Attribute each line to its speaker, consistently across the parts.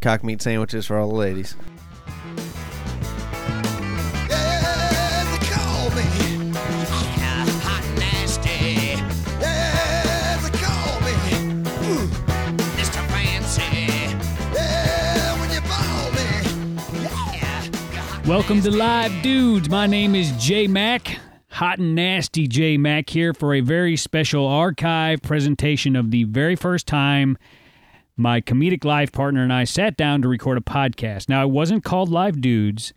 Speaker 1: cock meat sandwiches for all the ladies.
Speaker 2: Yeah, they call me. Yeah, hot nasty. Yeah, they call me. Ooh, Mr. Fancy. Yeah, when you ball me. Yeah, you're hot
Speaker 3: Welcome to Live Dudes. My name is J Mac, hot and nasty J Mac here for a very special archive presentation of the very first time my comedic live partner and I sat down to record a podcast. Now, it wasn't called Live Dudes.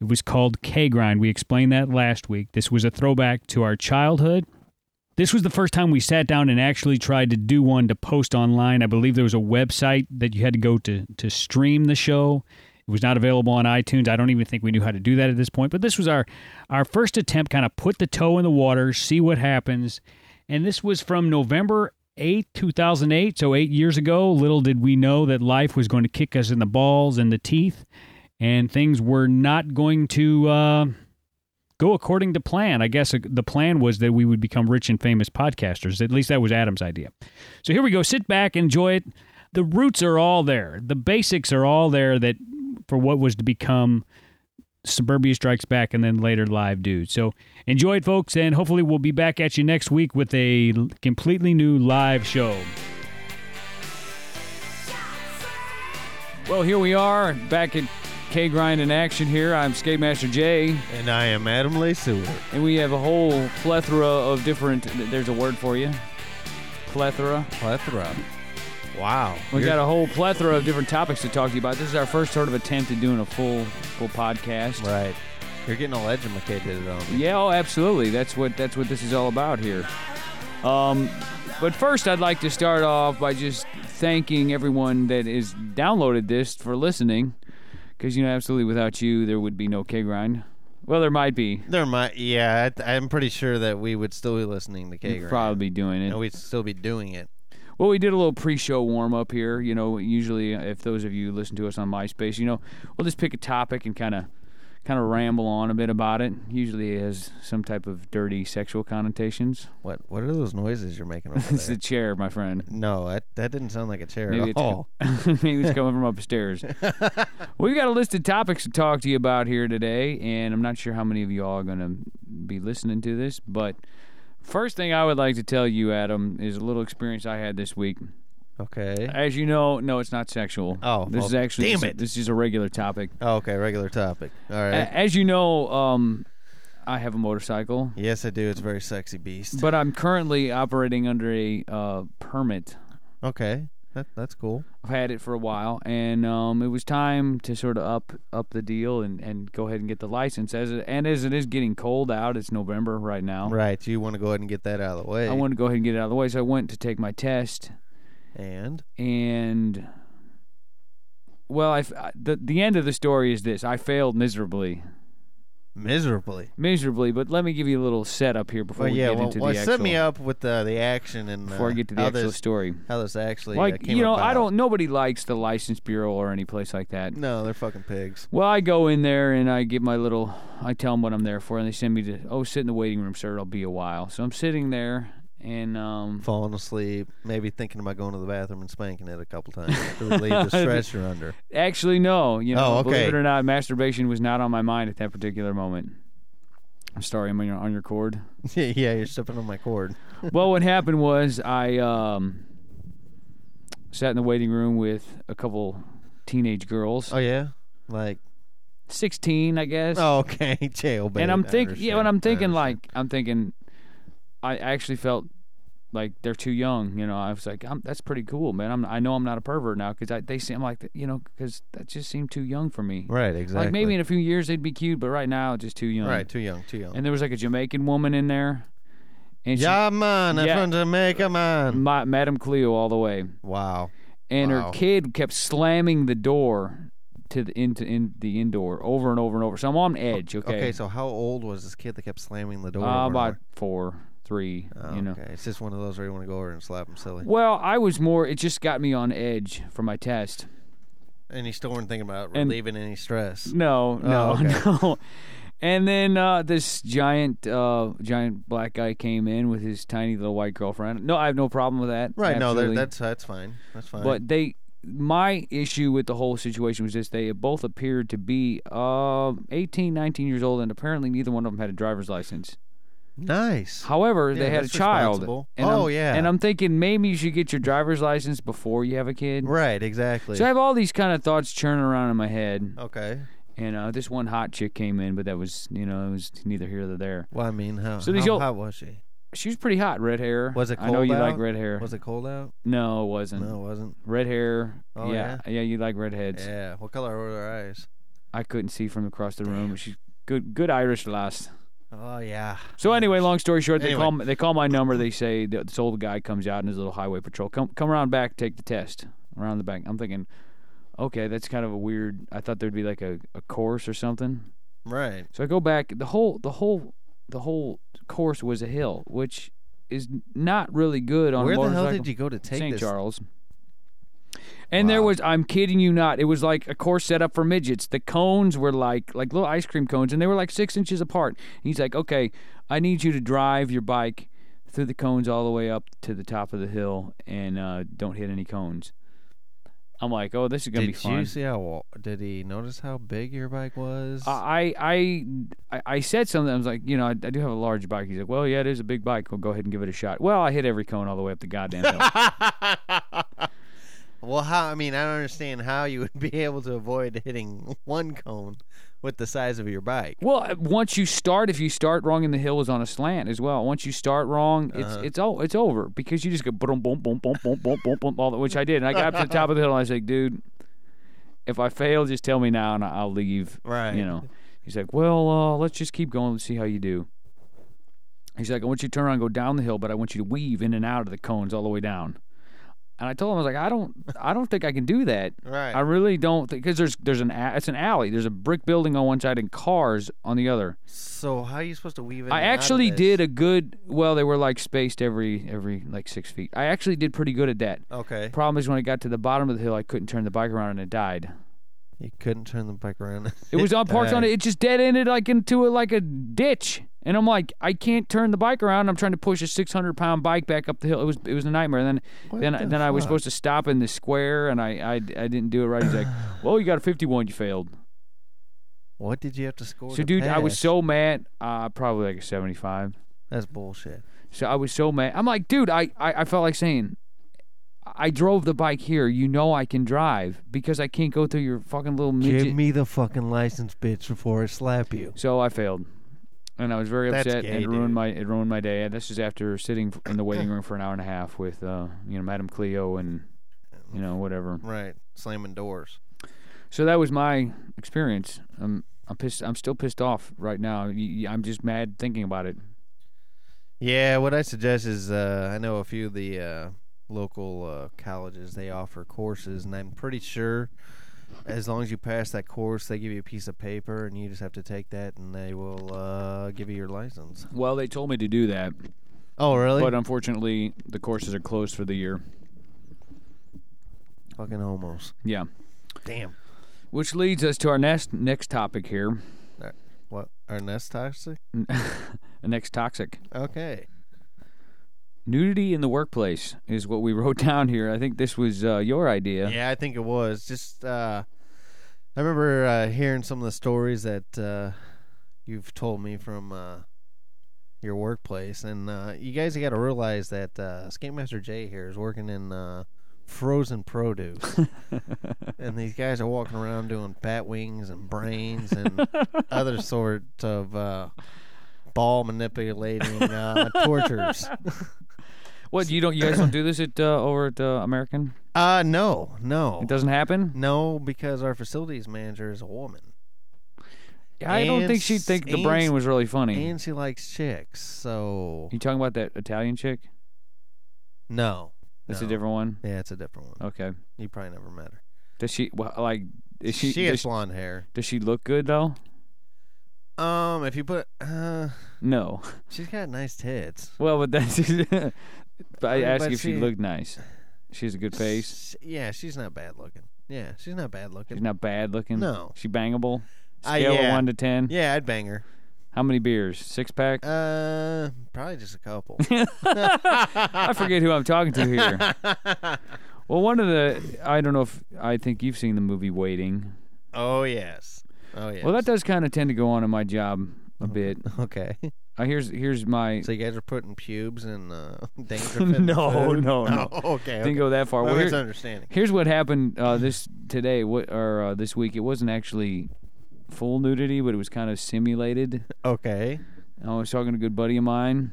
Speaker 3: It was called K Grind. We explained that last week. This was a throwback to our childhood. This was the first time we sat down and actually tried to do one to post online. I believe there was a website that you had to go to to stream the show. It was not available on iTunes. I don't even think we knew how to do that at this point, but this was our our first attempt kind of put the toe in the water, see what happens. And this was from November 8th, 2008, so 8 years ago. Little did we know that life was going to kick us in the balls and the teeth and things were not going to uh go according to plan. I guess uh, the plan was that we would become rich and famous podcasters. At least that was Adam's idea. So here we go. Sit back, enjoy it. The roots are all there. The basics are all there that for what was to become Suburbia Strikes Back and then later Live Dude. So enjoy it, folks, and hopefully we'll be back at you next week with a l- completely new live show.
Speaker 4: Well, here we are back at K Grind in action. Here I'm Skate Master Jay,
Speaker 1: And I am Adam Lee Seward.
Speaker 4: and we have a whole plethora of different. There's a word for you, plethora.
Speaker 1: Plethora. Wow.
Speaker 4: We
Speaker 1: You're-
Speaker 4: got a whole plethora of different topics to talk to you about. This is our first sort of attempt at doing a full full podcast.
Speaker 1: Right. You're getting all edumacated on me.
Speaker 4: Yeah, oh, absolutely. That's what that's what this is all about here. Um, but first, I'd like to start off by just thanking everyone that has downloaded this for listening, because you know, absolutely, without you, there would be no K grind. Well, there might be.
Speaker 1: There might, yeah, I, I'm pretty sure that we would still be listening to K.
Speaker 4: We'd probably be doing it.
Speaker 1: And we'd still be doing it.
Speaker 4: Well, we did a little pre-show warm-up here. You know, usually uh, if those of you listen to us on MySpace, you know, we'll just pick a topic and kind of kind of ramble on a bit about it. Usually it has some type of dirty sexual connotations.
Speaker 1: What What are those noises you're making over
Speaker 4: It's the
Speaker 1: there?
Speaker 4: chair, my friend.
Speaker 1: No, that, that didn't sound like a chair
Speaker 4: Maybe
Speaker 1: at
Speaker 4: it's,
Speaker 1: all.
Speaker 4: maybe it's coming from upstairs. We've got a list of topics to talk to you about here today, and I'm not sure how many of y'all are going to be listening to this, but first thing I would like to tell you, Adam, is a little experience I had this week.
Speaker 1: Okay.
Speaker 4: As you know, no, it's not sexual.
Speaker 1: Oh,
Speaker 4: this
Speaker 1: well,
Speaker 4: is actually
Speaker 1: damn
Speaker 4: this,
Speaker 1: it.
Speaker 4: this is a regular topic.
Speaker 1: Oh, okay, regular topic. All
Speaker 4: A-
Speaker 1: right.
Speaker 4: As you know, um, I have a motorcycle,
Speaker 1: yes, I do. It's a very sexy beast.
Speaker 4: but I'm currently operating under a uh, permit.
Speaker 1: okay, that, that's cool.
Speaker 4: I've had it for a while, and um, it was time to sort of up up the deal and, and go ahead and get the license. As it, and as it is getting cold out, it's November right now.
Speaker 1: Right, you want to go ahead and get that out of the way.
Speaker 4: I wanted to go ahead and get it out of the way, so I went to take my test.
Speaker 1: and
Speaker 4: and well, I f- I- the the end of the story is this: I failed miserably,
Speaker 1: miserably.
Speaker 4: miserably. But let me give you a little setup here before
Speaker 1: Well,
Speaker 4: we
Speaker 1: yeah,
Speaker 4: get
Speaker 1: well,
Speaker 4: into
Speaker 1: well,
Speaker 4: the
Speaker 1: set
Speaker 4: actual.
Speaker 1: me up with uh, the action and
Speaker 4: before
Speaker 1: uh,
Speaker 4: I get to the
Speaker 1: how
Speaker 4: actual
Speaker 1: this,
Speaker 4: story,
Speaker 1: how this actually uh,
Speaker 4: like
Speaker 1: came
Speaker 4: you know, I
Speaker 1: about.
Speaker 4: don't. Nobody likes the license bureau or any place like that.
Speaker 1: No, they're fucking pigs.
Speaker 4: Well, I go in there and I get my little. I tell them what I'm there for, and they send me to. Oh, sit in the waiting room, sir. It'll be a while. So I'm sitting there, and um,
Speaker 1: Falling asleep, maybe thinking about going to the bathroom and spanking it a couple times to relieve the stress you're under.
Speaker 4: Actually, no. You know,
Speaker 1: Oh, okay.
Speaker 4: believe it or not, masturbation was not on my mind at that particular moment. I'm sorry, I'm on your, on your cord.
Speaker 1: yeah, you're stepping on my cord.
Speaker 4: well, what happened was I um, sat in the waiting room with a couple teenage girls,
Speaker 1: Oh yeah, like
Speaker 4: 16, I guess.
Speaker 1: oh, okay, jailbait.
Speaker 4: and I'm
Speaker 1: I
Speaker 4: thinking, yeah, and
Speaker 1: understand,
Speaker 4: I'm
Speaker 1: I
Speaker 4: thinking
Speaker 1: understand.
Speaker 4: like, I'm thinking, I actually felt like they're too young. You know, I was like, I'm, that's pretty cool, man. I'm, I know I'm not a pervert now because they seem like, th- you know, because that just seemed too young for me.
Speaker 1: right, exactly.
Speaker 4: Like maybe in a few years they'd be cute, but right now just too young.
Speaker 1: right, too young, too young.
Speaker 4: And there was like a Jamaican woman in there, and she,
Speaker 1: yeah, man, I'm
Speaker 4: Yeah. Mm.
Speaker 1: from Jamaica, man.
Speaker 4: Ma- Madame Cleo all the way,
Speaker 1: Wow.
Speaker 4: and
Speaker 1: Wow.
Speaker 4: her kid kept slamming the door to the into in the indoor over and over and over. So I'm on edge. Okay.
Speaker 1: Okay. so how old was this kid that kept slamming the door?
Speaker 4: uh,
Speaker 1: over and
Speaker 4: about
Speaker 1: over?
Speaker 4: four, three.
Speaker 1: Oh,
Speaker 4: you know.
Speaker 1: Okay, it's just one of those where you want to go over and slap him silly.
Speaker 4: Well, I was more. It just got me on edge for my test.
Speaker 1: And you still weren't thinking about
Speaker 4: And-
Speaker 1: relieving any stress.
Speaker 4: No, no,
Speaker 1: Oh, okay.
Speaker 4: no. And then uh, this giant, uh, giant black guy came in with his tiny little white girlfriend. No, I have no problem with that.
Speaker 1: Right, no,
Speaker 4: Absolutely.
Speaker 1: that- that's that's fine. That's fine.
Speaker 4: But they my issue with the whole situation was this they both appeared to be uh, 18, 19 years old, and apparently neither one of them had a driver's license.
Speaker 1: Nice.
Speaker 4: However,
Speaker 1: Yeah,
Speaker 4: they had a
Speaker 1: that's
Speaker 4: child.
Speaker 1: responsible.
Speaker 4: And
Speaker 1: Oh,
Speaker 4: I'm-
Speaker 1: yeah.
Speaker 4: And I'm thinking maybe you should get your driver's license before you have a kid.
Speaker 1: Right. Exactly.
Speaker 4: So I have all these kind of thoughts churning around in my head.
Speaker 1: okay.
Speaker 4: And uh, this one hot chick came in, but that was, you know, it was neither here nor there.
Speaker 1: Well, I mean, how,
Speaker 4: So
Speaker 1: how
Speaker 4: these old-
Speaker 1: hot was she?
Speaker 4: She was pretty hot, red hair.
Speaker 1: Was it
Speaker 4: I know
Speaker 1: cold
Speaker 4: you like
Speaker 1: out?
Speaker 4: red hair.
Speaker 1: Was it cold out?
Speaker 4: No, it wasn't.
Speaker 1: No, it wasn't.
Speaker 4: Red hair.
Speaker 1: Oh,
Speaker 4: yeah. yeah. you like redheads.
Speaker 1: Yeah. What color were her eyes?
Speaker 4: I couldn't see from across the room. but She's good good Irish lass.
Speaker 1: Oh yeah.
Speaker 4: So anyway, long story short, they
Speaker 1: Anyway.
Speaker 4: call they call my number. They say that this old guy comes out in his little highway patrol. Come come around back, take the test around the back. I'm thinking, okay, that's kind of a weird. I thought there'd be like a, a course or something.
Speaker 1: Right.
Speaker 4: So I go back. The whole the whole the whole course was a hill, which is not really good on
Speaker 1: Where
Speaker 4: a
Speaker 1: the hell
Speaker 4: motorcycle.
Speaker 1: did you go to take
Speaker 4: St.
Speaker 1: this?
Speaker 4: Charles. And there was I'm kidding you not, it was like a course set up for midgets. The cones were like like little ice cream cones and they were like six inches apart. He's like, Okay, I need you to drive your bike through the cones all the way up to the top of the hill and uh, don't hit any cones. I'm like, Oh, this is gonna
Speaker 1: Did
Speaker 4: be
Speaker 1: you
Speaker 4: fun.
Speaker 1: see how? wa- Did he notice how big your bike was?
Speaker 4: I, I I I said something. I was like, you know, I, I do have a large bike. He's like, well, yeah, it is a big bike. We'll go ahead and give it a shot. Well, I hit every cone all the way up the goddamn hill.
Speaker 1: well, how? I mean, I don't understand how you would be able to avoid hitting one cone with the size of your bike.
Speaker 4: Well, uh, once you start, if you start wrong, and the hill is on a slant as well. Once you start wrong, it's it's all it's over because you just go boom, boom, boom, boom, boom, boom, boom, boom, all that, which I did. And I got up to the top of the hill, and I was like, dude, if I fail, just tell me now, and I- I'll leave.
Speaker 1: Right.
Speaker 4: You know. He's like, well, uh, let's just keep going. Let's see how you do. He's like, I want you to turn around, and go down the hill, but I want you to weave in and out of the cones all the way down. And I told him, I was like, I don't, I don't think I can do that.
Speaker 1: Right.
Speaker 4: I really don't think because there's there's an a- it's an alley. There's a brick building on one side and cars on the other.
Speaker 1: so how are you supposed to weave it?
Speaker 4: I actually did a good. Well, they were like spaced every every like six feet. I actually did pretty good at that.
Speaker 1: Okay.
Speaker 4: Problem is when I got to the bottom of the hill, I couldn't turn the bike around and it died.
Speaker 1: You couldn't turn the bike around.
Speaker 4: It was on parked on it. It just dead ended like into a, like a ditch. And I'm like, I can't turn the bike around. I'm trying to push a 600 pound bike back up the hill. It was it was a nightmare. And then
Speaker 1: What
Speaker 4: then
Speaker 1: the
Speaker 4: then I was
Speaker 1: fuck?
Speaker 4: supposed to stop in the square, and I I, I didn't do it right. He's like, Well, you got a 51. You failed.
Speaker 1: What did you have to score?
Speaker 4: So,
Speaker 1: to
Speaker 4: dude, I was
Speaker 1: pass?
Speaker 4: so mad. Uh, probably like a 75.
Speaker 1: That's bullshit.
Speaker 4: So I was so mad. I'm like, dude, I, I, I felt like saying, I drove the bike here. You know I can drive because I can't go through your fucking little midget.
Speaker 1: Give me the fucking license, bitch, before I slap you.
Speaker 4: so I failed. And I was very
Speaker 1: That's
Speaker 4: upset.
Speaker 1: gay,
Speaker 4: it ruined
Speaker 1: dude.
Speaker 4: my it ruined my day. And this is after sitting in the waiting room for an hour and a half with uh, you know Madame Cleo and you know whatever.
Speaker 1: Right. Slamming doors.
Speaker 4: So that was my experience. I'm I'm pissed. I'm still pissed off right now. Y- y- I'm just mad thinking about it.
Speaker 1: Yeah, what I suggest is uh, I know a few of the uh, local uh, colleges they offer courses, and I'm pretty sure as long as you pass that course, they give you a piece of paper, and you just have to take that, and they will uh, give you your license.
Speaker 4: Well, they told me to do that,
Speaker 1: Oh, really?
Speaker 4: but um, unfortunately, the courses are closed for the year.
Speaker 1: fucking homos.
Speaker 4: Yeah.
Speaker 1: Damn.
Speaker 4: Which leads us to our next next topic here.
Speaker 1: What? Are nest toxic?
Speaker 4: next toxic
Speaker 1: Okay.
Speaker 4: nudity in the workplace is what we wrote down here. I think this was uh, your idea.
Speaker 1: Yeah, I think it was. Just uh, I remember uh, hearing some of the stories that uh, you've told me from uh, your workplace, and uh, you guys got to realize that uh, Skate Master Jay here is working in uh, frozen produce, and these guys are walking around doing bat wings and brains and other sort of. Uh, Ball manipulating uh, tortures.
Speaker 4: What you don't you guys don't do this at uh, over at uh, American?
Speaker 1: Uh, no, no,
Speaker 4: It doesn't happen.
Speaker 1: no, because our facilities manager is a woman.
Speaker 4: Yeah, I don't
Speaker 1: And
Speaker 4: think she'd think the
Speaker 1: s-
Speaker 4: brain was really funny.
Speaker 1: And she likes chicks, so
Speaker 4: you talking about that Italian chick?
Speaker 1: no.
Speaker 4: That's
Speaker 1: no.
Speaker 4: a different one.
Speaker 1: Yeah, it's a different one.
Speaker 4: Okay.
Speaker 1: You probably never met her.
Speaker 4: Does she well, like? Is she,
Speaker 1: She,
Speaker 4: does,
Speaker 1: has blonde hair.
Speaker 4: does she look good though?
Speaker 1: Um, if you put, uh,
Speaker 4: No.
Speaker 1: she's got nice tits.
Speaker 4: Well, but that's. but I
Speaker 1: Uh,
Speaker 4: asked
Speaker 1: but
Speaker 4: if she,
Speaker 1: she-
Speaker 4: looked nice. She has a good face.
Speaker 1: Sh- yeah, she's not bad looking. Yeah, she's not bad
Speaker 4: She's
Speaker 1: looking.
Speaker 4: not bad looking.
Speaker 1: No.
Speaker 4: She bangable.
Speaker 1: Uh,
Speaker 4: Scale of
Speaker 1: yeah.
Speaker 4: one to ten.
Speaker 1: Yeah, I'd bang her.
Speaker 4: How many beers? Six pack?
Speaker 1: Uh, probably just a couple.
Speaker 4: I forget who I'm talking to here. Well, one of the I don't know if I think you've seen the movie Waiting.
Speaker 1: Oh yes. Oh yes.
Speaker 4: Well, that does kind of tend to go on in my job a bit.
Speaker 1: okay.
Speaker 4: Uh, here's here's my
Speaker 1: So you guys are putting pubes in uh, danger.
Speaker 4: no,
Speaker 1: food?
Speaker 4: no, no.
Speaker 1: Oh, okay.
Speaker 4: Didn't
Speaker 1: okay.
Speaker 4: go that far.
Speaker 1: My
Speaker 4: Well, here-
Speaker 1: misunderstanding.
Speaker 4: Here's what happened uh, this today, what or uh, this week. It wasn't actually full nudity, but it was kind of simulated.
Speaker 1: Okay.
Speaker 4: I was talking to a good buddy of mine,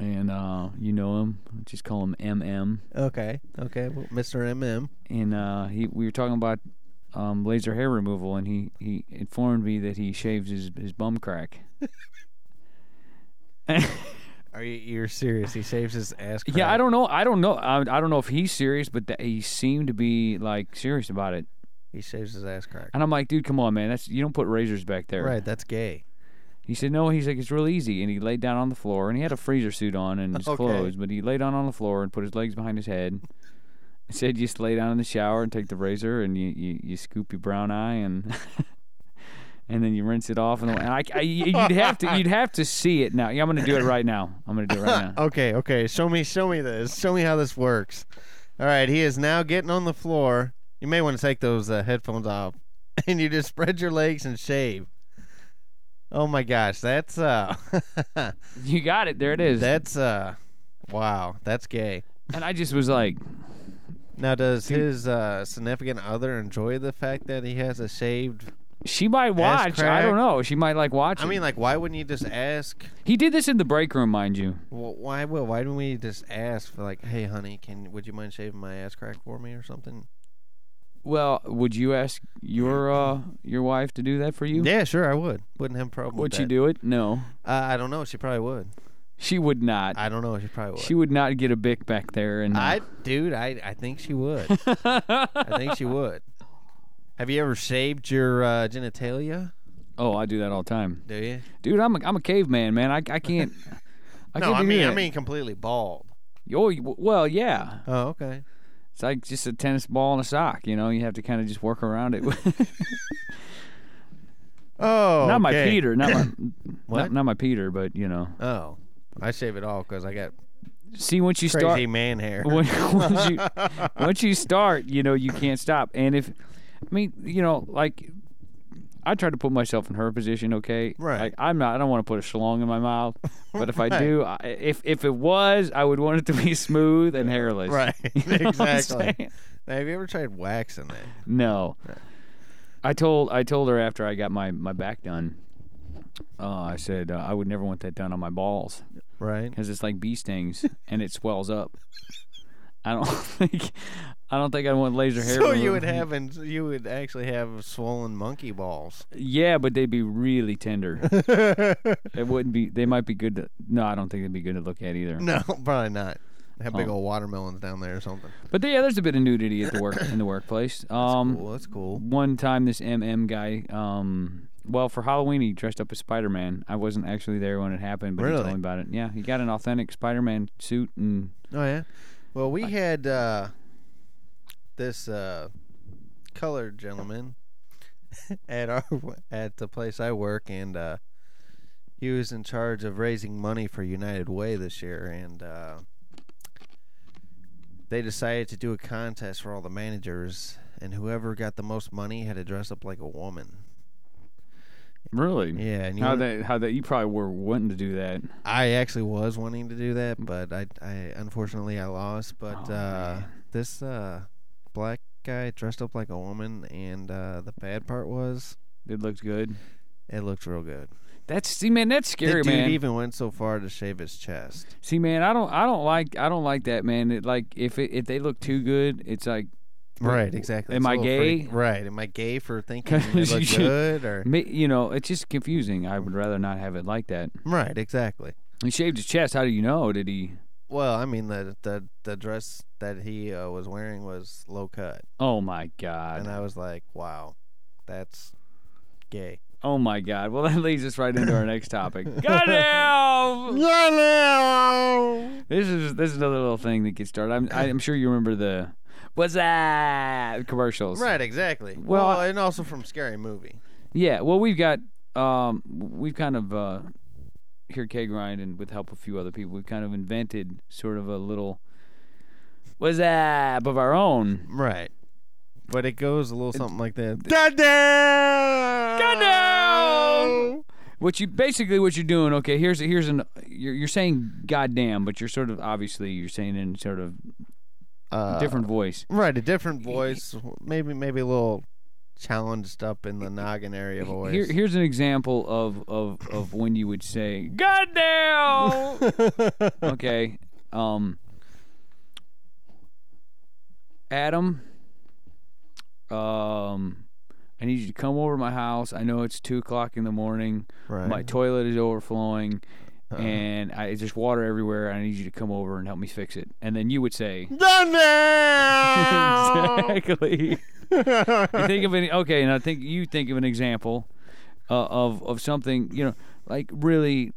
Speaker 4: and uh, you know him. Let's Just call him MM.
Speaker 1: Okay. Okay. Well, Mr. MM.
Speaker 4: And uh, he, we were talking about um, laser hair removal, and he, he informed me that he shaves his, his bum crack.
Speaker 1: Are you you're serious? He saves his ass. Crack.
Speaker 4: Yeah, I don't know. I don't know. I, I don't know if he's serious, but that he seemed to be like serious about it.
Speaker 1: He saves his ass crack.
Speaker 4: And I'm like, dude, come on, man. That's you don't put razors back there.
Speaker 1: Right. That's gay.
Speaker 4: He said, "No." He's like, "It's real easy." And he laid down on the floor, and he had a freezer suit on and his
Speaker 1: Okay.
Speaker 4: clothes, but he lay down on the floor and put his legs behind his head. I said, "You "Just lay down in the shower and take the razor, and you you, you scoop your brown eye, and and then you rinse it off." And, and I, I- you'd have to you'd have to see it now. Yeah, I'm gonna do it right now. I'm gonna do it right now.
Speaker 1: Okay. Okay. Show me. Show me this. Show me how this works. All right. He is now getting on the floor. You may want to take those uh, headphones off, and you just spread your legs and shave. Oh my gosh, that's uh,
Speaker 4: You got it. There it is.
Speaker 1: that's uh, wow, that's gay.
Speaker 4: and I just was like,
Speaker 1: Now, does his uh, significant other enjoy the fact that he has a shaved?
Speaker 4: she might watch. I
Speaker 1: crack.
Speaker 4: don't know. She might like watch.
Speaker 1: I
Speaker 4: it.
Speaker 1: mean, like, why wouldn't you just ask?
Speaker 4: he did this in the break room, mind you.
Speaker 1: wh- Why would? Why don't we just ask for like, hey, honey, can would you mind shaving my ass crack for me or something?
Speaker 4: Well, would you ask your uh your wife to do that for you?
Speaker 1: Yeah, sure, I would. Wouldn't have a problem.
Speaker 4: Would
Speaker 1: with
Speaker 4: she
Speaker 1: that.
Speaker 4: do it? No,
Speaker 1: Uh, I don't know. She probably would.
Speaker 4: she would not.
Speaker 1: I don't know. She probably would.
Speaker 4: she would not get a bick back there. And uh,
Speaker 1: I, dude, I, I think she would. I think she would. Have you ever shaved your uh, genitalia?
Speaker 4: oh, I do that all the time,
Speaker 1: Do you?
Speaker 4: dude. I'm a, I'm a caveman, man. I, I can't. I
Speaker 1: no,
Speaker 4: can't
Speaker 1: I
Speaker 4: do
Speaker 1: mean,
Speaker 4: that.
Speaker 1: I mean, completely bald.
Speaker 4: Oh, you- well, yeah.
Speaker 1: Oh, okay.
Speaker 4: It's like just a tennis ball and a sock. You know, you have to kind of just work around it.
Speaker 1: Oh,
Speaker 4: not my
Speaker 1: okay.
Speaker 4: Peter, not my
Speaker 1: What?
Speaker 4: not, not my Peter, but you know.
Speaker 1: Oh, I shave it all because I got
Speaker 4: See, once you
Speaker 1: crazy
Speaker 4: start,
Speaker 1: man hair.
Speaker 4: when- once you once you start, you know you can't stop. And if I mean, you know, like I try to put myself in her position, okay?
Speaker 1: Right.
Speaker 4: Like, I'm not. I don't want to put a schlong in my mouth, but if I
Speaker 1: Right.
Speaker 4: do, I, if if it was, I would want it to be smooth and hairless.
Speaker 1: Right,
Speaker 4: You know what I'm
Speaker 1: exactly.
Speaker 4: saying?
Speaker 1: Now, have you ever tried waxing it?
Speaker 4: No. I told I told her after I got my my back done. Uh, I said uh, I would never want that done on my balls
Speaker 1: Right.
Speaker 4: because it's like bee stings and it swells up. I don't think I don't think I want laser hair.
Speaker 1: So you
Speaker 4: removal.
Speaker 1: would have, and you would actually have swollen monkey balls.
Speaker 4: yeah, but they'd be really tender. it wouldn't be. They might be good. To, no, I don't think they'd be good to look at either.
Speaker 1: No, probably not. Have big
Speaker 4: Oh.
Speaker 1: old watermelons down there or something.
Speaker 4: But yeah, there's a bit of nudity at the work in the workplace. Um,
Speaker 1: Well, that's cool.
Speaker 4: one time this MM guy, um, well, for Halloween he dressed up as Spider Man. I wasn't actually there when it happened, but he
Speaker 1: Really?
Speaker 4: told me about it. Yeah, he got an authentic Spider Man suit and
Speaker 1: Oh yeah. Well, we had uh, this uh, colored gentleman at our at the place I work, and uh, he was in charge of raising money for United Way this year, and uh, they decided to do a contest for all the managers, and whoever got the most money had to dress up like a woman.
Speaker 4: really,
Speaker 1: Yeah, and you
Speaker 4: how
Speaker 1: wanna-
Speaker 4: that how that you probably were wanting to do that.
Speaker 1: I actually was wanting to do that, but I, I unfortunately I lost. But
Speaker 4: Oh,
Speaker 1: uh,
Speaker 4: man.
Speaker 1: this uh, black guy dressed up like a woman, and uh, the bad part was
Speaker 4: It looks good.
Speaker 1: it looked real good.
Speaker 4: That's see, man, that's scary,
Speaker 1: the dude
Speaker 4: man.
Speaker 1: even went so far to shave his chest.
Speaker 4: see, man, I don't I don't like I don't like that, man. It, like if it, if they look too good, it's like
Speaker 1: Right, exactly.
Speaker 4: Am
Speaker 1: It's a
Speaker 4: I
Speaker 1: little freak-
Speaker 4: gay?
Speaker 1: Right, am I gay for thinking
Speaker 4: 'Cause
Speaker 1: it
Speaker 4: you Mm.
Speaker 1: looked
Speaker 4: should-
Speaker 1: good? Or
Speaker 4: ma- you know, it's just confusing. I would rather not have it like that.
Speaker 1: right, exactly.
Speaker 4: He shaved his chest. How do you know? Did he?
Speaker 1: Well, I mean the the the dress that he uh, was wearing was low cut,
Speaker 4: Oh my god.
Speaker 1: and I was like, wow, that's gay.
Speaker 4: Oh my God! Well, that leads us right into our next topic. Goddamn! This is this is another little thing that gets started. I'm I'm sure you remember the what's that commercials,
Speaker 1: Right, exactly.
Speaker 4: Well,
Speaker 1: Well,
Speaker 4: I-
Speaker 1: and also from Scary Movie.
Speaker 4: Yeah. Well, we've got um we've kind of uh here at K Grind and with help of a few other people, we've kind of invented sort of a little was up of our own.
Speaker 1: Right. But it goes a little something like that.
Speaker 4: Goddamn! What you basically what you're doing? Okay, here's here's an you're, you're saying goddamn, but you're sort of obviously you're saying it in sort of
Speaker 1: Uh,
Speaker 4: different voice.
Speaker 1: Right, a different voice. Maybe maybe a little challenged up in the noggin area voice.
Speaker 4: Here, here's an example of, of, of when you would say goddamn. okay, um, Adam, um, I need you to come over to my house. I know it's two o'clock in the morning.
Speaker 1: right. Uh-huh.
Speaker 4: My toilet is overflowing, and I, there's water everywhere. I need you to come over and help me fix it. And then you would say, exactly. you think of any? Okay, and I think you think of an example uh, of of something you know, like really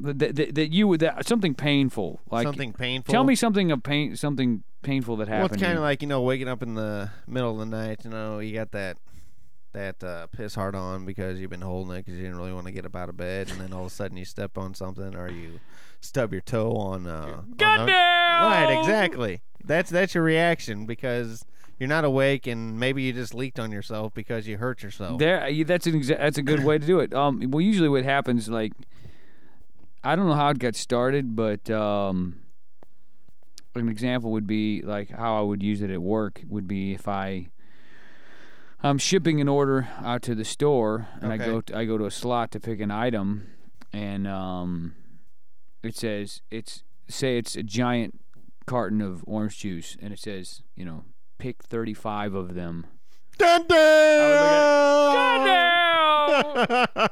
Speaker 4: that, that, that you would that something painful, like
Speaker 1: Something painful.
Speaker 4: Tell me something of pain, something painful that
Speaker 1: Well, it's
Speaker 4: happened. to
Speaker 1: kind
Speaker 4: you.
Speaker 1: of like you know waking up in the middle of the night. You know you got that that uh, piss hard on because you've been holding it because you didn't really want to get up out of bed, and then all of a sudden you step on something or you stub your toe on. Uh, on the- Right, exactly. That's that's your reaction because you're not awake and maybe you just leaked on yourself because you hurt yourself.
Speaker 4: There, uh, yeah, that's an exa- that's a good way to do it. Um, well, usually what happens, like, I don't know how it got started, but um, an example would be like how I would use it at work would be if I I'm shipping an order out to the store and I
Speaker 1: Okay.
Speaker 4: go to, I go to a slot to pick an item, and um, it says it's say it's a giant carton of orange juice, and it says you know pick 35 of them.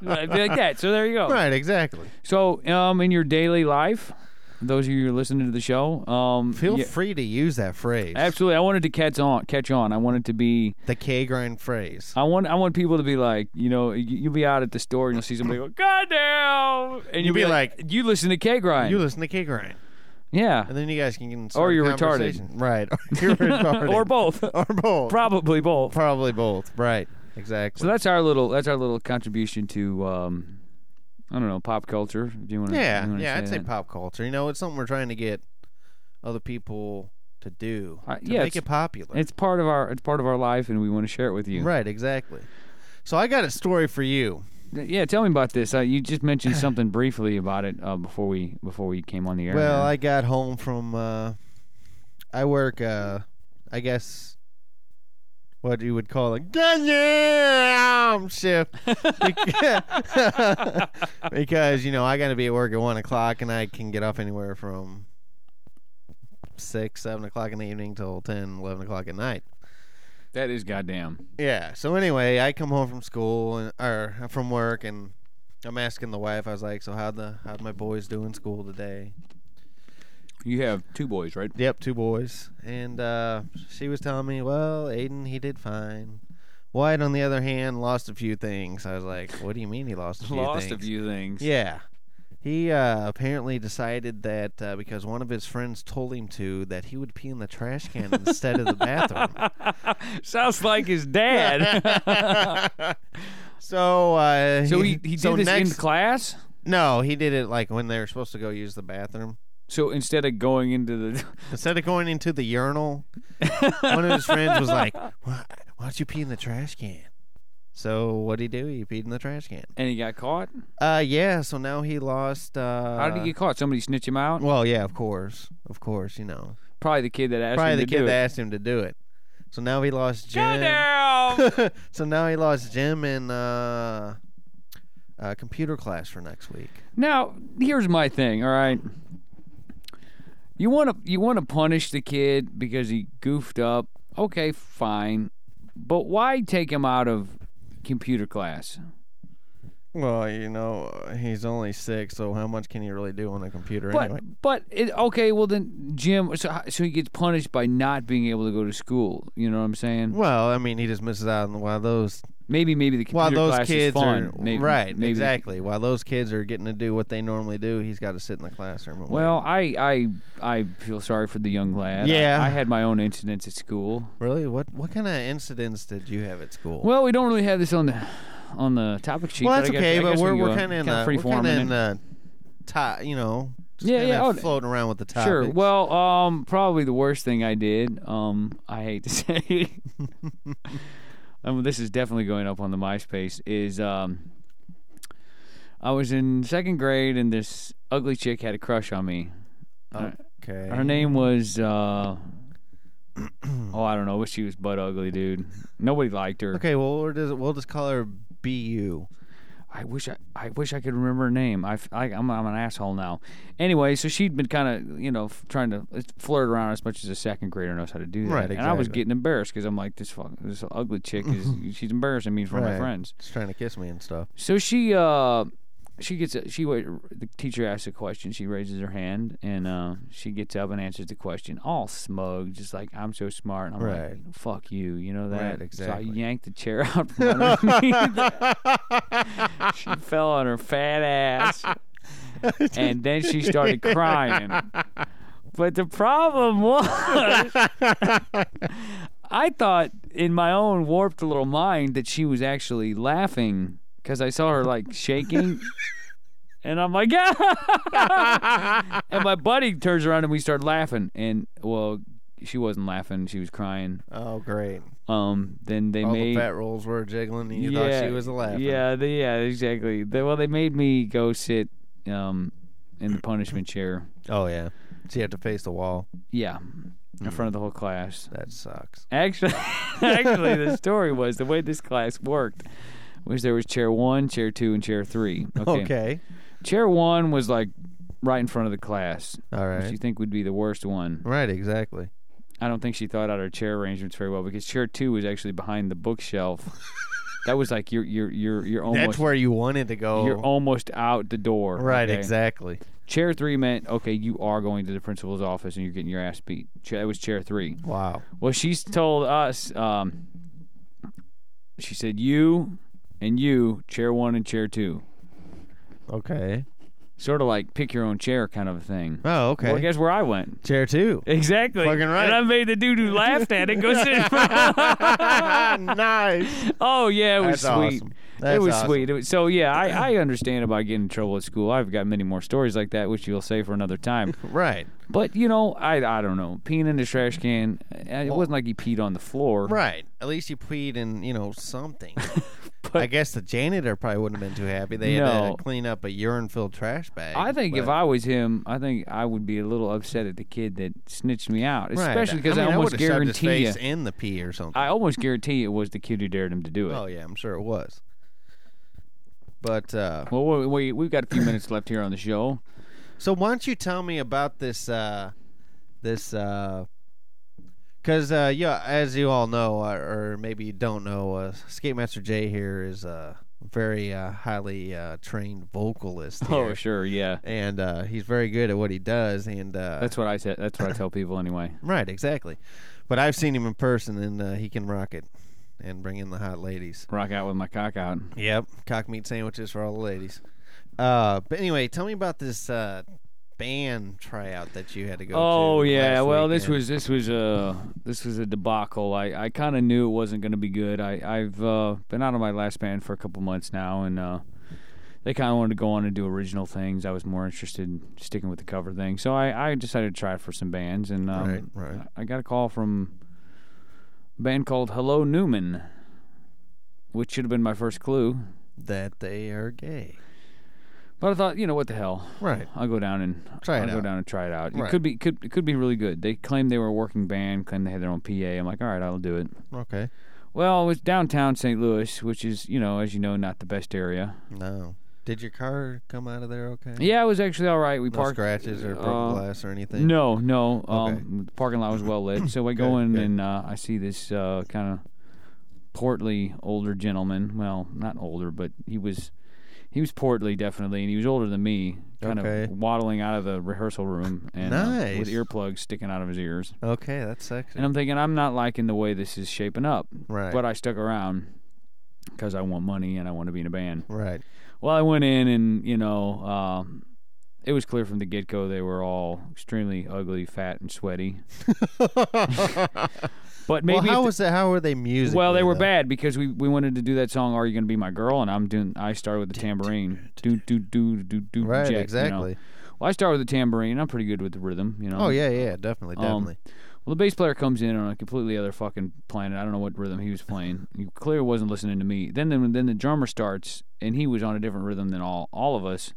Speaker 4: Like like that. So there you go.
Speaker 1: Right, exactly.
Speaker 4: So, um, in your daily life, those of you who are listening to the show, um,
Speaker 1: Feel
Speaker 4: yeah,
Speaker 1: free to use that phrase.
Speaker 4: absolutely. I wanted to catch on. Catch on. I wanted to be.
Speaker 1: The K grind phrase.
Speaker 4: I want. I want people to be like. You know, you, you'll be out at the store and you'll see somebody go, "God damn!" And you'll
Speaker 1: be
Speaker 4: "You listen to K grind."
Speaker 1: You listen to K grind.
Speaker 4: yeah,
Speaker 1: And then you guys can start
Speaker 4: Or
Speaker 1: a
Speaker 4: you're retarded.
Speaker 1: conversation. Right. Or you're retarded.
Speaker 4: or both,
Speaker 1: Or both.
Speaker 4: probably both.
Speaker 1: Probably both. Right. Exactly.
Speaker 4: So that's our little. That's our little contribution to. Um, I don't know pop culture. If you want to,
Speaker 1: yeah. Yeah, I'd say pop culture. You know, it's something we're trying to get other people to do.
Speaker 4: Uh,
Speaker 1: to
Speaker 4: yeah,
Speaker 1: make it
Speaker 4: it's-
Speaker 1: popular.
Speaker 4: It's part of our. It's part of our life, and we want to share it with you.
Speaker 1: Right, exactly. So I got a story for you.
Speaker 4: Yeah, tell me about this. Uh, you just mentioned something briefly about it uh, before we before we came on the air.
Speaker 1: Well, I got home from uh I work uh I guess what you would call a goddamn shift Beca- because you know I got to be at work at one o'clock and I can get off anywhere from six seven o'clock in the evening till 10, 11 o'clock at night.
Speaker 4: that is goddamn.
Speaker 1: Yeah. So anyway, I come home from school and or from work, and I'm asking the wife. I was like, "So how the how my boys do in school today?"
Speaker 4: You have two boys, right?
Speaker 1: Yep, two boys, and uh, she was telling me, "Well, Aiden, he did fine." White, on the other hand, lost a few things. I was like, "What do you mean he lost a few
Speaker 4: Lost
Speaker 1: things?"
Speaker 4: a few things.
Speaker 1: Yeah. He uh, apparently decided that uh, because one of his friends told him to, that he would pee in the trash can instead of the bathroom.
Speaker 4: Sounds like his dad.
Speaker 1: So, uh,
Speaker 4: so he, he did
Speaker 1: so
Speaker 4: this
Speaker 1: next,
Speaker 4: in class.
Speaker 1: No, he did it like when they were supposed to go use the bathroom.
Speaker 4: So instead of going into the
Speaker 1: Instead of going into the urinal, one of his friends was like, why, why don't you pee in the trash can? So what'd he do? He peed in the trash can.
Speaker 4: and he got caught.
Speaker 1: Uh, yeah. So now he lost. Uh,
Speaker 4: How did he get caught? Somebody snitch him out.
Speaker 1: Well, yeah, of course, of course, you know,
Speaker 4: Probably the kid that asked
Speaker 1: probably
Speaker 4: him
Speaker 1: the
Speaker 4: to
Speaker 1: kid
Speaker 4: do
Speaker 1: that
Speaker 4: it.
Speaker 1: asked him to do it. So now he lost Jim.
Speaker 4: Goddamn!
Speaker 1: so now he lost Jim in uh, uh, computer class for next week.
Speaker 4: Now, here's my thing, all right? You want to you want to punish the kid because he goofed up. Okay, fine. But why take him out of computer class?
Speaker 1: Well, you know, he's only six, so how much can he really do on a computer
Speaker 4: But
Speaker 1: anyway?
Speaker 4: but it, okay, well then Jim so so he gets punished by not being able to go to school, you know what I'm saying?
Speaker 1: Well, I mean, he just misses out on while those
Speaker 4: Maybe maybe the computer
Speaker 1: while
Speaker 4: class
Speaker 1: those
Speaker 4: is
Speaker 1: kids
Speaker 4: fun.
Speaker 1: are
Speaker 4: Maybe-
Speaker 1: right
Speaker 4: maybe-
Speaker 1: exactly while those kids are getting to do what they normally do. He's got to sit in the classroom. and
Speaker 4: Well, I I I feel sorry for the young lad. I-
Speaker 1: Yeah.
Speaker 4: I had my own incidents at school.
Speaker 1: wait. really, what what kind of incidents did you have at school?
Speaker 4: Well, we don't really have this on the on the topic sheet.
Speaker 1: Well, that's
Speaker 4: I guess-
Speaker 1: okay,
Speaker 4: I
Speaker 1: but
Speaker 4: guess
Speaker 1: we're
Speaker 4: we can
Speaker 1: we're
Speaker 4: go
Speaker 1: kind of in
Speaker 4: kinda
Speaker 1: the
Speaker 4: free
Speaker 1: we're kind
Speaker 4: forming
Speaker 1: of
Speaker 4: it.
Speaker 1: in the top, you know, Just
Speaker 4: Yeah,
Speaker 1: kinda
Speaker 4: yeah, oh,
Speaker 1: floating around with the topic.
Speaker 4: Sure. Well, um, probably the worst thing I did. Um, I hate to say, it. um, this is definitely going up on the MySpace. Is um, I was in second grade and this ugly chick had a crush on me.
Speaker 1: okay.
Speaker 4: Her name was uh, oh I don't know, but she was butt ugly, dude. Nobody liked her.
Speaker 1: Okay, well, we'll just, we'll just call her BU.
Speaker 4: I wish I, I wish I could remember her name. I, am I'm an asshole now. Anyway, so she'd been kind of you know f- trying to uh, flirt around as much as a second grader knows how to do that.
Speaker 1: Right,
Speaker 4: And I was
Speaker 1: exactly.
Speaker 4: getting embarrassed because I'm like this fuck, this ugly chick is she's embarrassing me in front of my
Speaker 1: Right.
Speaker 4: friends.
Speaker 1: She's trying to kiss me and stuff.
Speaker 4: So she uh she gets a, she wa- the teacher asks a question. She raises her hand and uh, she gets up and answers the question, all smug, just like I'm so smart. And I'm
Speaker 1: Right.
Speaker 4: like, fuck you, you know that.
Speaker 1: Right,
Speaker 4: So I
Speaker 1: exactly.
Speaker 4: yanked the chair out from under me. she fell on her fat ass, and then she started crying. But the problem was. I thought in my own warped little mind that she was actually laughing because I saw her like shaking. and I'm like, and my buddy turns around and we start laughing. And well, she wasn't laughing, she was crying.
Speaker 1: Oh, great.
Speaker 4: Um, then they
Speaker 1: All
Speaker 4: made.
Speaker 1: the fat rolls were jiggling, and you thought she was laughing.
Speaker 4: Yeah, they, yeah, exactly. They, well, they made me go sit um, in the punishment chair.
Speaker 1: Oh, yeah. So you have to face the wall.
Speaker 4: Yeah, in front of the whole class.
Speaker 1: That sucks.
Speaker 4: Actually, actually, the story was the way this class worked was there was chair one, chair two, and chair three. Okay.
Speaker 1: Okay.
Speaker 4: Chair one was like right in front of the class,
Speaker 1: All
Speaker 4: which
Speaker 1: right.
Speaker 4: you think would be the worst one.
Speaker 1: Right, exactly.
Speaker 4: I don't think she thought out her chair arrangements very well because chair two was actually behind the bookshelf. that was like you're you're you're you're almost
Speaker 1: That's where you wanted to go.
Speaker 4: you're almost out the door.
Speaker 1: Oh. right,
Speaker 4: okay?
Speaker 1: exactly.
Speaker 4: Chair three meant okay, you are going to the principal's office and you're getting your ass beat. Chair, that was chair three.
Speaker 1: Wow.
Speaker 4: Well, she's told us. Um, she said you and you chair one and chair two,
Speaker 1: Okay.
Speaker 4: sort of like pick your own chair kind of a thing.
Speaker 1: Oh, okay.
Speaker 4: Well, guess where I went?
Speaker 1: Chair two.
Speaker 4: Exactly.
Speaker 1: Fucking right.
Speaker 4: And I made the dude who laughed at it go sit. in front.
Speaker 1: nice.
Speaker 4: oh yeah, it was
Speaker 1: That's
Speaker 4: sweet.
Speaker 1: awesome. That's
Speaker 4: it was
Speaker 1: awesome.
Speaker 4: sweet. It was, so yeah, I, I understand about getting in trouble at school. I've got many more stories like that, which you'll say for another time.
Speaker 1: Right.
Speaker 4: But you know, I I don't know. Peeing in the trash can. uh, It wasn't like he peed on the floor.
Speaker 1: Right. At least you peed in, you know, something. I guess the janitor probably wouldn't have been too happy. They had
Speaker 4: No.
Speaker 1: to clean up a urine filled trash bag.
Speaker 4: I think if
Speaker 1: but-
Speaker 4: I was him, I think I would be a little upset at the kid that snitched me out,
Speaker 1: Right.
Speaker 4: especially because I,
Speaker 1: mean,
Speaker 4: almost
Speaker 1: would've shoved his
Speaker 4: guarantee you.
Speaker 1: face in the pee or something.
Speaker 4: I almost guarantee it was the kid who dared him to do it.
Speaker 1: oh yeah, I'm sure it was. But uh,
Speaker 4: Well, we, we we've got a few minutes left here on the show.
Speaker 1: so why don't you tell me about this? Uh, this because uh, yeah, as you all know, uh, or maybe you don't know, uh, Skate Master Jay here is a very uh, highly uh, trained vocalist.
Speaker 4: Oh,
Speaker 1: here.
Speaker 4: sure, yeah.
Speaker 1: and uh, he's very good at what he does. And uh,
Speaker 4: That's what I said. That's what I tell people anyway.
Speaker 1: right, exactly. But I've seen him in person, and uh, he can rock it and bring in the hot ladies.
Speaker 4: Rock out with my cock out.
Speaker 1: Yep, cock meat sandwiches for all the ladies. Uh, but anyway, tell me about this uh, band tryout that you had to go.
Speaker 4: Oh
Speaker 1: to
Speaker 4: yeah.
Speaker 1: last
Speaker 4: Well, this
Speaker 1: weekend.
Speaker 4: was this was a this was a debacle. I, I kind of knew it wasn't going to be good. I I've uh, been out of my last band for a couple months now, and uh, they kind of wanted to go on and do original things. I was more interested in sticking with the cover thing, so I, I decided to try it for some bands, and um,
Speaker 1: Right, right.
Speaker 4: I got a call from a band called Hello Newman, which should have been my first clue.
Speaker 1: that they are gay.
Speaker 4: But I thought, you know what the hell,
Speaker 1: Right.
Speaker 4: I'll go down and
Speaker 1: Try it
Speaker 4: I'll go
Speaker 1: out.
Speaker 4: down and try it out. It
Speaker 1: Right.
Speaker 4: could be could it could be really good. They claimed they were a working band, claimed they had their own PA. I'm like, all right, I'll do it.
Speaker 1: Okay.
Speaker 4: Well, it was downtown St. Louis, which is you know as you know not the best area.
Speaker 1: No. Did your car come out of there okay?
Speaker 4: Yeah, it was actually all right. We
Speaker 1: No
Speaker 4: parked.
Speaker 1: scratches or broken
Speaker 4: uh,
Speaker 1: glass or anything.
Speaker 4: No, no. Um,
Speaker 1: Okay.
Speaker 4: The parking lot was well lit. So I go
Speaker 1: Good,
Speaker 4: in
Speaker 1: good.
Speaker 4: and uh, I see this uh, kind of portly older gentleman. Well, not older, but he was he was portly definitely, and he was older than me. Kind
Speaker 1: Okay.
Speaker 4: of waddling out of the rehearsal room and uh, with
Speaker 1: Nice.
Speaker 4: earplugs sticking out of his ears.
Speaker 1: Okay, that's sexy.
Speaker 4: And I'm thinking I'm not liking the way this is shaping up,
Speaker 1: Right.
Speaker 4: but I stuck around because I want money and I want to be in a band.
Speaker 1: right.
Speaker 4: Well, I went in and you know, um, it was clear from the get go they were all extremely ugly, fat, and sweaty. but maybe
Speaker 1: well, how
Speaker 4: if
Speaker 1: was that? How were they
Speaker 4: the-
Speaker 1: music?
Speaker 4: well, they were bad because we, we wanted to do that song "Are You Gonna Be My Girl?" and I'm doing I started with the tambourine, do do do do do
Speaker 1: Right,
Speaker 4: jack, you know.
Speaker 1: exactly.
Speaker 4: Well, I start with the tambourine. I'm pretty good with the rhythm, you know.
Speaker 1: Oh yeah, yeah, definitely,
Speaker 4: Um,
Speaker 1: definitely.
Speaker 4: Well, the bass player comes in on a completely other fucking planet. I don't know what rhythm he was playing. He clearly wasn't listening to me. Then, then, then the drummer starts, and he was on a different rhythm than all all of us.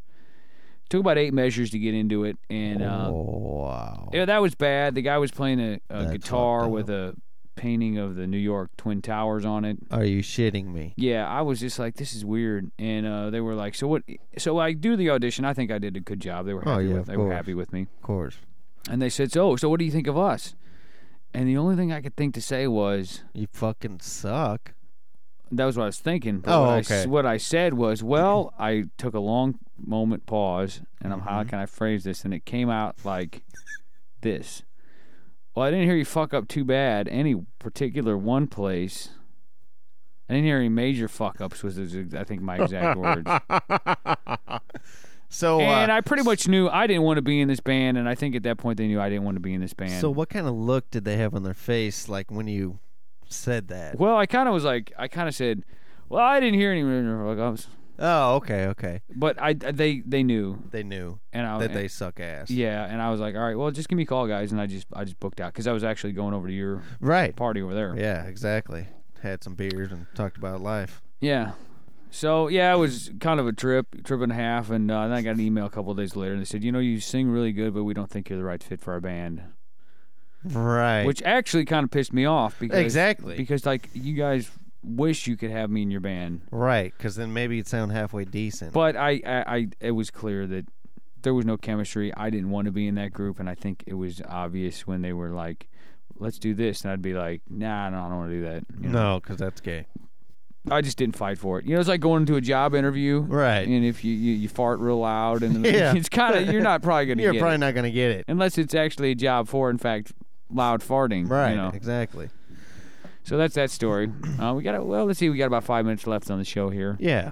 Speaker 4: Took about eight measures to get into it, and uh,
Speaker 1: oh wow.
Speaker 4: yeah, that was bad. The guy was playing a, a
Speaker 1: That's
Speaker 4: guitar
Speaker 1: fucked
Speaker 4: with a painting of the New York Twin Towers on it.
Speaker 1: Are you shitting me?
Speaker 4: Yeah, I was just like, this is weird. And uh, they were like, so what? So I do the audition. I think I did a good job. They were
Speaker 1: Oh,
Speaker 4: happy
Speaker 1: yeah,
Speaker 4: with.
Speaker 1: of
Speaker 4: They were
Speaker 1: course.
Speaker 4: happy with me.
Speaker 1: Of course.
Speaker 4: And they said, so so what do you think of us? And the only thing I could think to say was
Speaker 1: You fucking suck.
Speaker 4: that was what I was thinking. But
Speaker 1: Oh,
Speaker 4: what, I s-
Speaker 1: okay.
Speaker 4: what I said was, well, I took a long moment pause, and I'm
Speaker 1: Mm-hmm.
Speaker 4: how can I phrase this? And it came out like this. Well, I didn't hear you fuck up too bad any particular one place. I didn't hear any major fuck ups. Was his ex- I think my exact words.
Speaker 1: So
Speaker 4: And
Speaker 1: uh,
Speaker 4: I pretty much knew I didn't want to be in this band, and I think at that point they knew I didn't want to be in this band.
Speaker 1: so what kind of look did they have on their face like when you said that?
Speaker 4: well, I kind of was like, I kind of said, well, I didn't hear any fuck ups,
Speaker 1: Oh, okay, okay.
Speaker 4: but I they they knew,
Speaker 1: They knew
Speaker 4: and I
Speaker 1: that they suck ass.
Speaker 4: Oh, yeah, and I was like, all right, well, just give me a call, guys, and I just I just booked out because I was actually going over to your
Speaker 1: Right.
Speaker 4: party over there.
Speaker 1: Yeah, exactly. Had some beers and talked about life.
Speaker 4: Yeah. So yeah, it was kind of a trip, trip and a half, and uh, then I got an email a couple of days later, and they said, you know, you sing really good, but we don't think you're the right fit for our band,
Speaker 1: Right.
Speaker 4: which actually kind of pissed me off because
Speaker 1: exactly.
Speaker 4: because like you guys wish you could have me in your band,
Speaker 1: right, because then maybe it'd sound halfway decent.
Speaker 4: but I, I, I it was clear that there was no chemistry. I didn't want to be in that group, and I think it was obvious when they were like, "Let's do this," and I'd be like, "Nah, I don't want to do that." you know?
Speaker 1: no, because that's gay.
Speaker 4: I just didn't fight for it. You know, it's like going into a job interview,
Speaker 1: Right.
Speaker 4: And if you you, you fart real loud, and
Speaker 1: Yeah.
Speaker 4: it's kind of you're not probably gonna
Speaker 1: You're
Speaker 4: get
Speaker 1: probably
Speaker 4: it.
Speaker 1: not gonna get it.
Speaker 4: unless it's actually a job for, in fact, loud farting. you
Speaker 1: Right.
Speaker 4: know.
Speaker 1: Exactly.
Speaker 4: So that's that story. Uh, we got well. Let's see. We got about five minutes left on the show here.
Speaker 1: Yeah.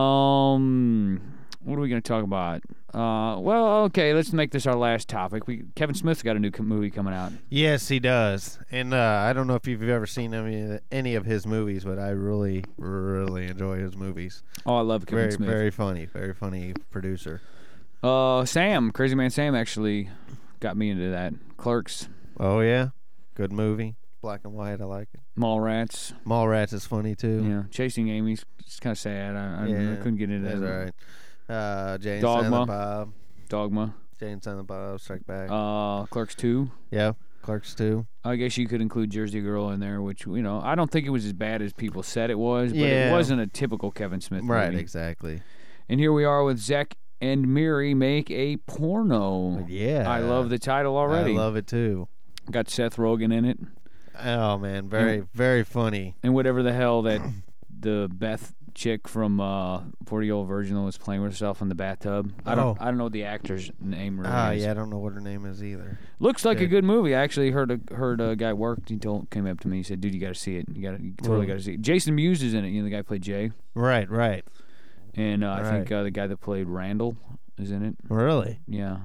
Speaker 4: Um, what are we going to talk about? Uh, well, okay, let's make this our last topic. We Kevin Smith's got a new co- movie coming out.
Speaker 1: Yes, he does. And uh, I don't know if you've ever seen any of, any of his movies, but I really, really enjoy his movies.
Speaker 4: Oh, I love Kevin
Speaker 1: Very,
Speaker 4: Smith.
Speaker 1: very funny. Very funny producer.
Speaker 4: Uh, Sam, Crazy Man Sam, actually got me into that. Clerks,
Speaker 1: Oh yeah, good movie. Black and white. I like it.
Speaker 4: Mallrats,
Speaker 1: Mallrats is funny
Speaker 4: you
Speaker 1: too.
Speaker 4: know, Chasing Amy's. It's kind of sad. I, I, I
Speaker 1: Yeah,
Speaker 4: couldn't get into
Speaker 1: That's
Speaker 4: that.
Speaker 1: all right. Uh, Jane
Speaker 4: Dogma.
Speaker 1: Silent Bob.
Speaker 4: Dogma.
Speaker 1: Jane Silent Bob. Strike Back.
Speaker 4: Uh, Clerks Two.
Speaker 1: yeah. Clerks too.
Speaker 4: I guess you could include Jersey Girl in there, which you know I don't think it was as bad as people said it was, but it
Speaker 1: Yeah.
Speaker 4: wasn't a typical Kevin Smith movie.
Speaker 1: Right. Exactly.
Speaker 4: And here we are with Zek and Miri make a porno.
Speaker 1: Yeah.
Speaker 4: I love the title already.
Speaker 1: I love it too.
Speaker 4: Got Seth Rogen in it,
Speaker 1: Oh man, very,
Speaker 4: Mm.
Speaker 1: very funny.
Speaker 4: and whatever the hell that the Beth chick from uh, Forty Year Old Virgin was playing with herself in the bathtub. I don't,
Speaker 1: Oh.
Speaker 4: I don't know the actor's name. Really
Speaker 1: Ah,
Speaker 4: is.
Speaker 1: yeah. I don't know what her name is either.
Speaker 4: Looks like a
Speaker 1: Yeah.
Speaker 4: good movie. I actually heard a heard a guy worked. He told came up to me. He said, "Dude, you got to see it. You got to totally
Speaker 1: Really?
Speaker 4: got to see it." Jason Mewes is in it. You know the guy who played Jay,
Speaker 1: Right. Right.
Speaker 4: and uh, I think
Speaker 1: Right.
Speaker 4: uh, the guy that played Randall is in it.
Speaker 1: Really.
Speaker 4: Yeah,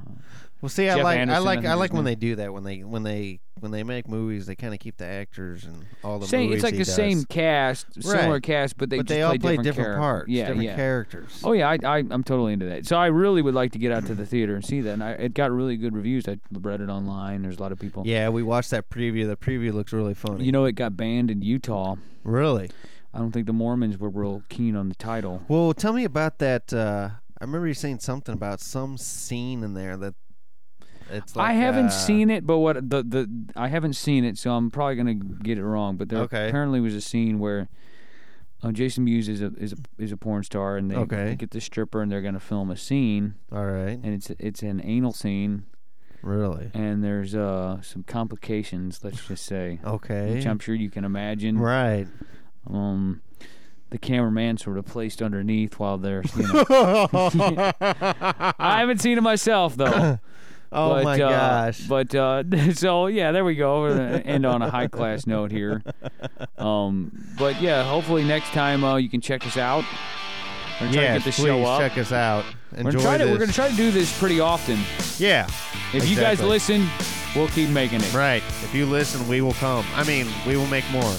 Speaker 1: Well, see, I
Speaker 4: Jeff
Speaker 1: like
Speaker 4: Anderson,
Speaker 1: I
Speaker 4: I
Speaker 1: like
Speaker 4: think
Speaker 1: I
Speaker 4: his
Speaker 1: like when
Speaker 4: name.
Speaker 1: they do that when they when they when they make movies they kind of keep the actors and all the
Speaker 4: same.
Speaker 1: movies
Speaker 4: It's like
Speaker 1: he
Speaker 4: the
Speaker 1: does.
Speaker 4: same cast, similar
Speaker 1: Right.
Speaker 4: cast, but they
Speaker 1: but
Speaker 4: just
Speaker 1: they all
Speaker 4: play
Speaker 1: play different,
Speaker 4: char-
Speaker 1: parts,
Speaker 4: Yeah,
Speaker 1: different
Speaker 4: yeah.
Speaker 1: characters.
Speaker 4: Oh yeah, I, I I'm totally into that. So I really would like to get out to
Speaker 1: Mm-hmm.
Speaker 4: the theater and see that. And I, it got really good reviews. I read it online. There's a lot of people.
Speaker 1: Yeah, we watched that preview. The preview looks really funny.
Speaker 4: You know, it got banned in Utah.
Speaker 1: really?
Speaker 4: I don't think the Mormons were real keen on the title.
Speaker 1: Well, tell me about that. Uh, I remember you saying something about some scene in there that it's. Like,
Speaker 4: I haven't
Speaker 1: uh,
Speaker 4: seen it, but what the the I haven't seen it, so I'm probably gonna get it wrong. But there
Speaker 1: Okay.
Speaker 4: apparently was a scene where uh, Jason Mewes is a is a, is a porn star, and they,
Speaker 1: Okay.
Speaker 4: they get the stripper, and they're gonna film a scene,
Speaker 1: All right,
Speaker 4: and it's it's an anal scene,
Speaker 1: really?
Speaker 4: and there's uh some complications, let's just say, which
Speaker 1: Okay,
Speaker 4: I'm sure you can imagine.
Speaker 1: right.
Speaker 4: Um, the cameraman sort of placed underneath while they're you know.
Speaker 1: Oh
Speaker 4: I haven't seen it myself though.
Speaker 1: oh
Speaker 4: but,
Speaker 1: my
Speaker 4: uh,
Speaker 1: gosh!
Speaker 4: But uh, so yeah, there we go. We're gonna end on a high class note here. Um, but yeah, hopefully next time uh, you can check us out. We're gonna try
Speaker 1: yes,
Speaker 4: to get this
Speaker 1: please
Speaker 4: show up.
Speaker 1: check us out.
Speaker 4: we're,
Speaker 1: Enjoy
Speaker 4: gonna try to,
Speaker 1: this.
Speaker 4: we're gonna try to do this pretty often.
Speaker 1: Yeah.
Speaker 4: If you guys
Speaker 1: Exactly.
Speaker 4: listen, we'll keep making it.
Speaker 1: Right. If you listen, we will come. I mean, we will make more.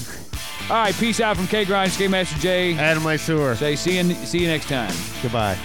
Speaker 4: All right, peace out from K Grind, Skate Master J.
Speaker 1: Adam Mysore.
Speaker 4: Say see you, see you next time.
Speaker 1: Goodbye.